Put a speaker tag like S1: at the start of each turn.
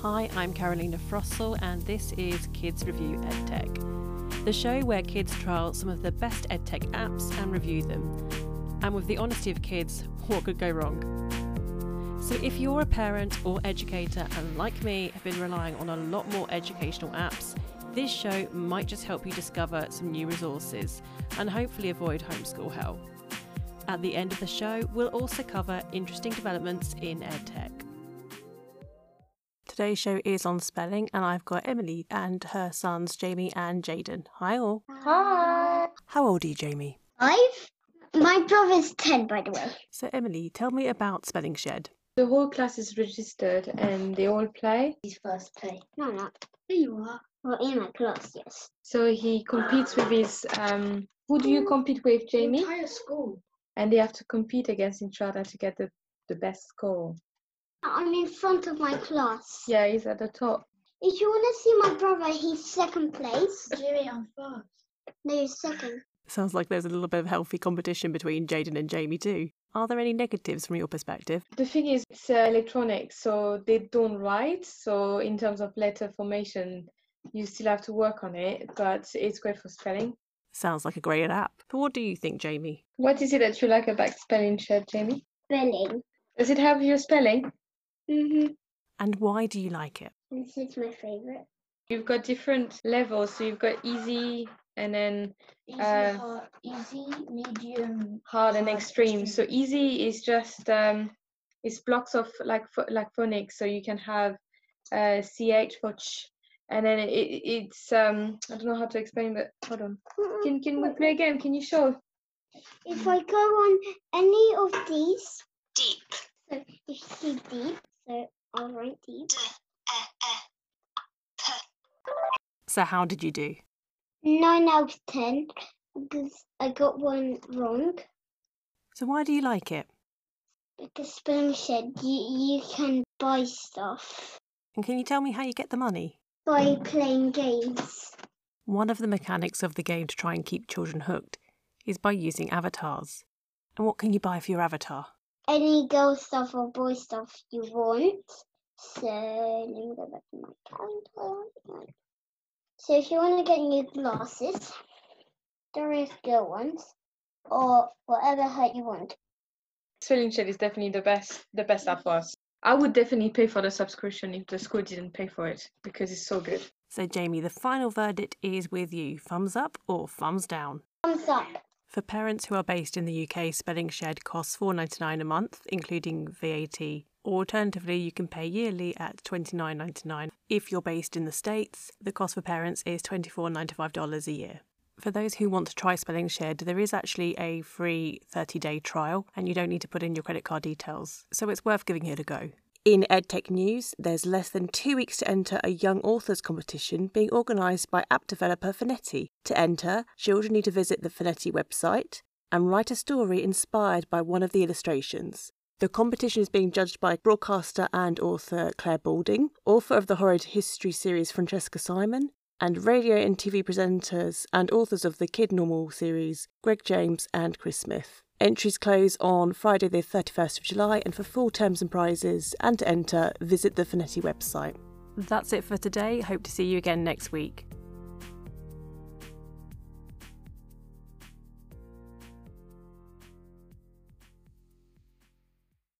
S1: Hi, I'm Carolina Frossell, and this is Kids Review EdTech, the show where kids trial some of the best EdTech apps and review them. And with the honesty of kids, what could go wrong? So, if you're a parent or educator and, like me, have been relying on a lot more educational apps, this show might just help you discover some new resources and hopefully avoid homeschool hell. At the end of the show, we'll also cover interesting developments in EdTech. Today's show is on spelling, and I've got Emily and her sons, Jamie and Jaden. Hi, all.
S2: Hi.
S1: How old are you, Jamie?
S2: Five? My brother's 10, by the way.
S1: So, Emily, tell me about Spelling Shed.
S3: The whole class is registered and they all play.
S2: His first play. No, no. There you are. Well, in my class, yes.
S3: So he competes with his. Um, who do you compete with, Jamie?
S2: Entire school.
S3: And they have to compete against each other to get the, the best score.
S2: I'm in front of my class.
S3: Yeah, he's at the top.
S2: If you want to see my brother, he's second place.
S4: Jimmy, I'm first.
S2: No, he's second.
S1: Sounds like there's a little bit of healthy competition between Jaden and Jamie, too. Are there any negatives from your perspective?
S3: The thing is, it's uh, electronic, so they don't write. So, in terms of letter formation, you still have to work on it, but it's great for spelling.
S1: Sounds like a great app. But what do you think, Jamie?
S3: What is it that you like about Spelling Chat, Jamie?
S2: Spelling.
S3: Does it have your spelling?
S2: Mm-hmm.
S1: And why do you like it?
S2: This is my favorite.
S3: You've got different levels, so you've got easy and then
S4: Easy,
S3: Uh,
S4: hard, easy, medium.
S3: hard and
S4: Hard,
S3: extreme. So
S4: extreme.
S3: easy is just um, it's blocks of like pho- like phonics. So you can have uh, ch for ch, and then it, it, it's um, I don't know how to explain, but hold on. Can can we play again? Can you show?
S2: If I go on any of these. Deep. So if you see deep, so I'll write deep.
S1: So, how did you do?
S2: 9 out of 10 because I got one wrong.
S1: So, why do you like it?
S2: Because Spelling Shed, you, you can buy stuff
S1: And can you tell me how you get the money?
S2: by playing games.
S1: One of the mechanics of the game to try and keep children hooked is by using avatars. And what can you buy for your avatar?
S2: Any girl stuff or boy stuff you want. So let me go back to my calendar. Right. So if you want to get new glasses, there is girl ones, or whatever height you want.
S3: Spelling chat is definitely the best the best app for us. I would definitely pay for the subscription if the school didn't pay for it because it's so good.
S1: So, Jamie, the final verdict is with you thumbs up or thumbs down?
S2: Thumbs up.
S1: For parents who are based in the UK, Spelling Shed costs $4.99 a month, including VAT. Or alternatively, you can pay yearly at $29.99. If you're based in the States, the cost for parents is $24.95 a year. For those who want to try Spelling Shed, there is actually a free 30 day trial and you don't need to put in your credit card details, so it's worth giving it a go. In EdTech news, there's less than two weeks to enter a young authors competition being organised by app developer Finetti. To enter, children need to visit the Finetti website and write a story inspired by one of the illustrations. The competition is being judged by broadcaster and author Claire Balding, author of the horrid history series Francesca Simon, and radio and TV presenters and authors of the Kid Normal series, Greg James and Chris Smith. Entries close on Friday, the 31st of July, and for full terms and prizes and to enter, visit the Finetti website. That's it for today. Hope to see you again next week.